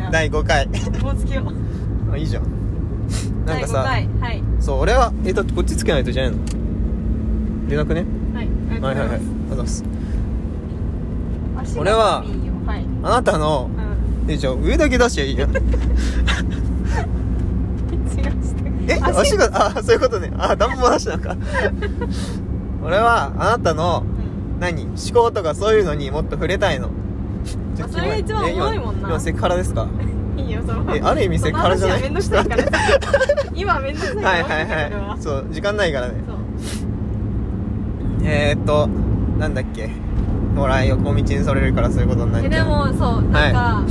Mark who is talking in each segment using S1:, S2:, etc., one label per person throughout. S1: な
S2: 第5回
S1: もうつけよう
S2: あいいじゃんなんかさ
S1: 第5回はい
S2: そう俺はえだってこっちつけないといけないの出なくね
S1: はい
S2: はいはいはいあ
S1: あ
S2: りが
S1: り
S2: とうございます
S1: ます
S2: 俺は
S1: 足がいいよはい、う
S2: あなたの
S1: ん、
S2: えじゃあ上だけ出しゃいい やん
S1: 違うして
S2: え足があそういうことねあ暖房出しなんか 俺はあなたの
S1: うん
S2: 何思考とかそういうのにもっと触れたいの
S1: あそれが一番
S2: え今
S1: 重いもんな
S2: 今セクハラですか
S1: いいよその
S2: えある意味セクハラじゃない
S1: その話はめんどくさいから今はめんどくさいから
S2: はいはいは
S1: そ
S2: い
S1: れ
S2: そう時間ないからね
S1: そう
S2: えー、っとなんだっけほら横道にそれるからそういうことになっち
S1: え
S2: ゃう
S1: でもそうなんか、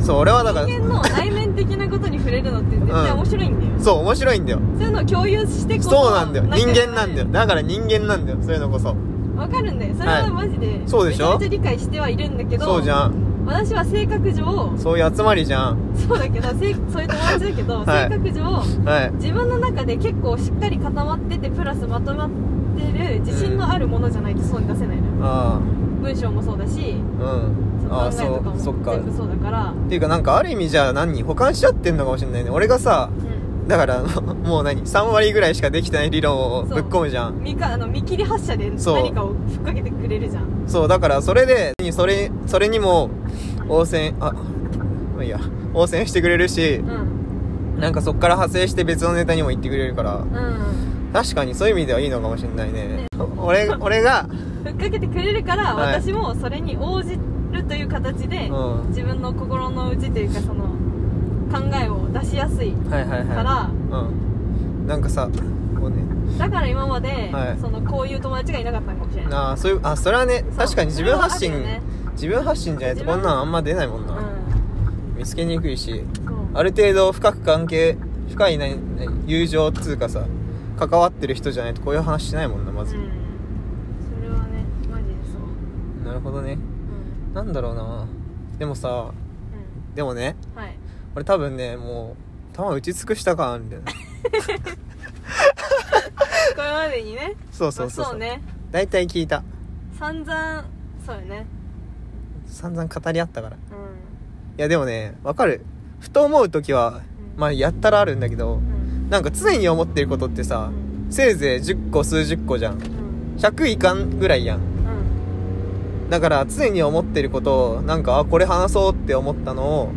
S2: そう俺はだから
S1: 人間の内面的なことに触れるのって絶対面白いんだよ、
S2: そう面白いんだよ
S1: そういうのを共有してこそ
S2: そうなんだよ人間なんだよ
S1: ね
S2: だから人間なんだよそういうのこそ
S1: わかるんだよそれはマジで、
S2: そうでしょ
S1: めちゃめちゃ理解してはいるんだけど
S2: そうじゃん
S1: 私は性格上
S2: そういう集まりじゃん
S1: そうだけどせいそういう友達だけど、
S2: はい
S1: 性格上
S2: はい
S1: 自分の中で結構しっかり固まっててプラスまとまってる自信のあるものじゃないとそうに出せないのよ、
S2: あ
S1: 文章もそうだし
S2: あうん
S1: その考
S2: ああ
S1: え
S2: そ
S1: とかも
S2: うそっか
S1: 全部そうだから
S2: っていうかなんかある意味じゃあ何保管しちゃってんのかもしれないね俺がさ
S1: うん
S2: だからあの もう何3割ぐらいしかできてない理論をぶっ込むじゃん
S1: 見かあの見切り発車で
S2: そう
S1: 何かをふっかけてくれるじゃん
S2: そうだからそれでそれそれにも応戦あまあいいや応戦してくれるし
S1: うん
S2: なんかそっから派生して別のネタにも言ってくれるから
S1: うん
S2: 確かにそういう意味ではいいのかもしれないね
S1: ね
S2: 俺俺が
S1: ふっかけてくれるから、
S2: はい
S1: 私もそれに応じるという形で、
S2: うん
S1: 自分の心の内というかその考えを出しやすい
S2: はいはい
S1: か
S2: は
S1: ら
S2: いうんなんかさこうね
S1: だから今まで、
S2: はい
S1: そのこういう友達がいなかったのかもしれない
S2: ああそういうあそれはね
S1: そう
S2: 確かに自分発信、
S1: それはあるよね
S2: 自分発信じゃないと
S1: 自
S2: こ
S1: 分
S2: んなんあんま出ないもん
S1: う
S2: な、
S1: ん
S2: 見つけにくいし
S1: そう
S2: ある程度深く関係深いな友情っつうかさ関わってる人じゃないとこういう話しないもんなまず、
S1: うんそれはねマジでそう
S2: なるほどね
S1: うん
S2: なんだろうなでもさ
S1: う
S2: でもね
S1: ん はい
S2: 俺多分ねもう球打ち尽くした感あるん だよね
S1: これまでにね
S2: そうそうそう
S1: まあそうね
S2: 大体聞いた
S1: 散々そうよね
S2: 散々語り合ったからい
S1: うん
S2: やでもねわかるふと思う時は
S1: うん
S2: まあやったらあるんだけど
S1: うん
S2: なんか常に思ってることって
S1: う
S2: さ、
S1: ん
S2: せいぜい10個数十個じゃん
S1: うん
S2: 100いかんぐらいやん
S1: うん
S2: だから常に思ってることをなんかあこれ話そうって思ったのを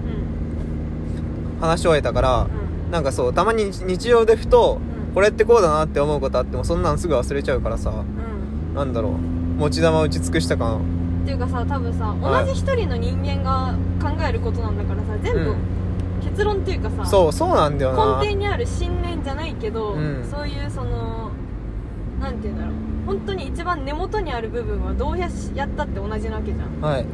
S1: うん
S2: 話し終えたからなんかそうたまに日日常でふと
S1: うん
S2: これってこうだなって思うことあってもそんなんすぐ忘れちゃうからさ
S1: うん
S2: なんだろう持ち玉打ち尽くした感
S1: っていうかさ多分さ
S2: はい
S1: 同じ一人の人間が考えることなんだからさ全
S2: う
S1: 部
S2: ん
S1: 結論っていうかさ
S2: そうそうなんだよな
S1: 根底にある信念じゃないけど、
S2: うん
S1: そういうそのなんて言うんだろう本当に一番根元にある部分はどうやしやったって同じなわけじゃん
S2: はい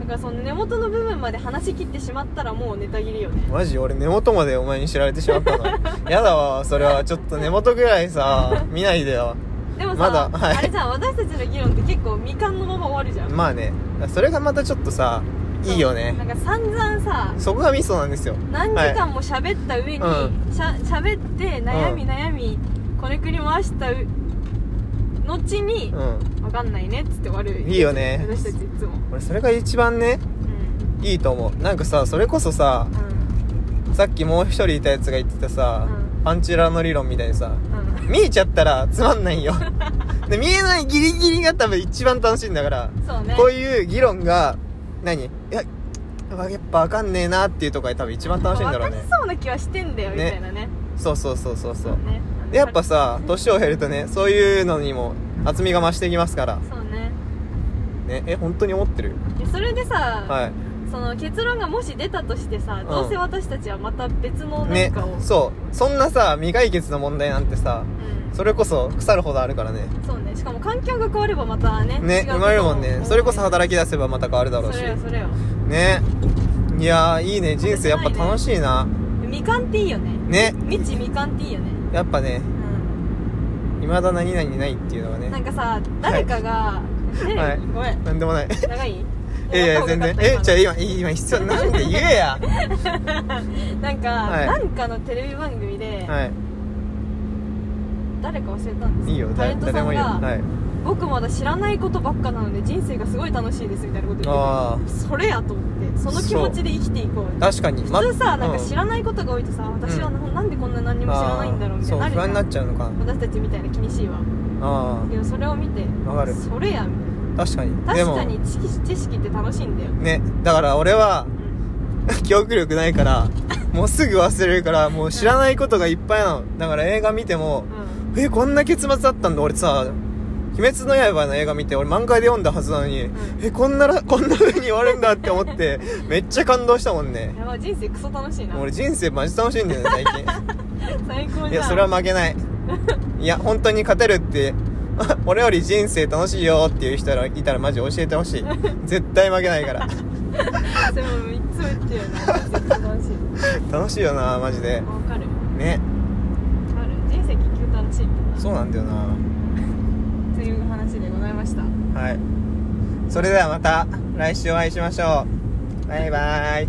S1: だからその根元の部分まで話し切ってしまったらもうネタ切りよね
S2: マジ俺根元までお前に知られてしまっ たのやだわそれはちょっと根元ぐらいさ見ないでよ
S1: でも
S2: ま
S1: さ、
S2: だはい
S1: あれじゃん私たちの議論って結構未完のまま終わるじゃん
S2: まあねそれがまたちょっとさいいよね
S1: なんか散々さ
S2: そこがミソなんですよ
S1: 何時間も喋った上に、
S2: は
S1: しゃ喋って悩み
S2: うん
S1: 悩み、こねくり回したう後に、わ
S2: うん
S1: 分かんないねっつって終わる
S2: いいよね
S1: 私たちいつも
S2: 俺それが一番ね
S1: うん
S2: いいと思うなんかさそれこそささっきもう一人いたやつが言ってたさ、
S1: うん
S2: パンチラの理論みたいにさ
S1: うんうん
S2: 見えちゃったらつまんな いよで見えないギリギリが多分一番楽しいんだから、
S1: そうね
S2: こういう議論が何いややっぱわかんねえなっていうとこが多分一番楽しいんだろう
S1: 分
S2: ね
S1: かりそうな気はしてんだよ、み
S2: ね
S1: たいなね
S2: そうそうそうそうそう
S1: ね
S2: でやっぱさ年を減るとねそういうのにも厚みが増してきますから
S1: そうね
S2: ねえ本当に思ってる
S1: でそれでさ、
S2: はい
S1: その結論がもし出たとしてさ、
S2: ん
S1: どうせ私たちはまた別の何
S2: ね
S1: かを、
S2: そうそんなさ未解決の問題なんてさ
S1: うん
S2: それこそ腐るほどあるからね
S1: そうねしかも環境が変わればまたね
S2: ね
S1: 違うこと
S2: 生まれるもんねそれこそ
S1: き
S2: 働き出せばまた変わるだろうし
S1: それよそれよ
S2: ねいやーいいね人生やっぱ楽しいな
S1: 未完っていいよね
S2: ね
S1: 未知未完っていいよね
S2: やっぱね
S1: う
S2: 未だ何々ないっていうのが
S1: んな
S2: ね
S1: んかさ誰かが、ね
S2: はい
S1: ごめん
S2: なんでもない
S1: 長い
S2: いやいや全然えじゃあ
S1: ゃ
S2: 今今 必要なんで言えや
S1: なんか、
S2: はい
S1: なんかのテレビ番組で、
S2: は
S1: 誰か忘れたんです
S2: いいいよ
S1: タ
S2: だ
S1: レントさ
S2: 誰
S1: ん
S2: もいいよ
S1: が
S2: はい
S1: 僕まだ知らないことばっかなので人生がすごい楽しいですみたいなこと言って
S2: あ
S1: てそれやと思ってその気持ちで生きていこう
S2: あ確かに
S1: 普通さなんか知
S2: な
S1: らないことが多いとさ私はなんでこんな何にも知らないんだろうみたい
S2: そう
S1: な
S2: 不安になっ
S1: ゃ
S2: ちゃうのか
S1: う私たちみたいな気にしいわ
S2: あ
S1: でもそれを見て
S2: あわかる
S1: それやみた
S2: 確かに
S1: い
S2: で
S1: な確
S2: も
S1: かに知識知識って楽しいんだよ、
S2: ねだから俺は
S1: うん、
S2: 記憶力ない からもうすぐ忘れるからもう知らないことがいっぱいなのだから映画見てもえこんな結末だったんだ俺さ「鬼滅の刃」の映画見て俺漫画で読んだはずなのに、
S1: うん
S2: えこんならこんな風に終わるんだって思ってめっちゃ感動したもん
S1: うん
S2: ね
S1: やばい人生クソ楽しいな
S2: 俺人生マジ楽しいんだよね最近
S1: 最高じゃん
S2: いやそれは負けないいや本当に勝てるって あ俺より人生楽しいよっていう人がいたらマジ教えてほしい絶対負けないから
S1: それもいつも言ってるよな人生楽し い
S2: 楽しいよなマジで
S1: わかる
S2: ね
S1: わかる人生結局楽しいもんな
S2: そうなんだよな
S1: という話でございました
S2: はい。それではまた来週お会いしましょう。バイバイ。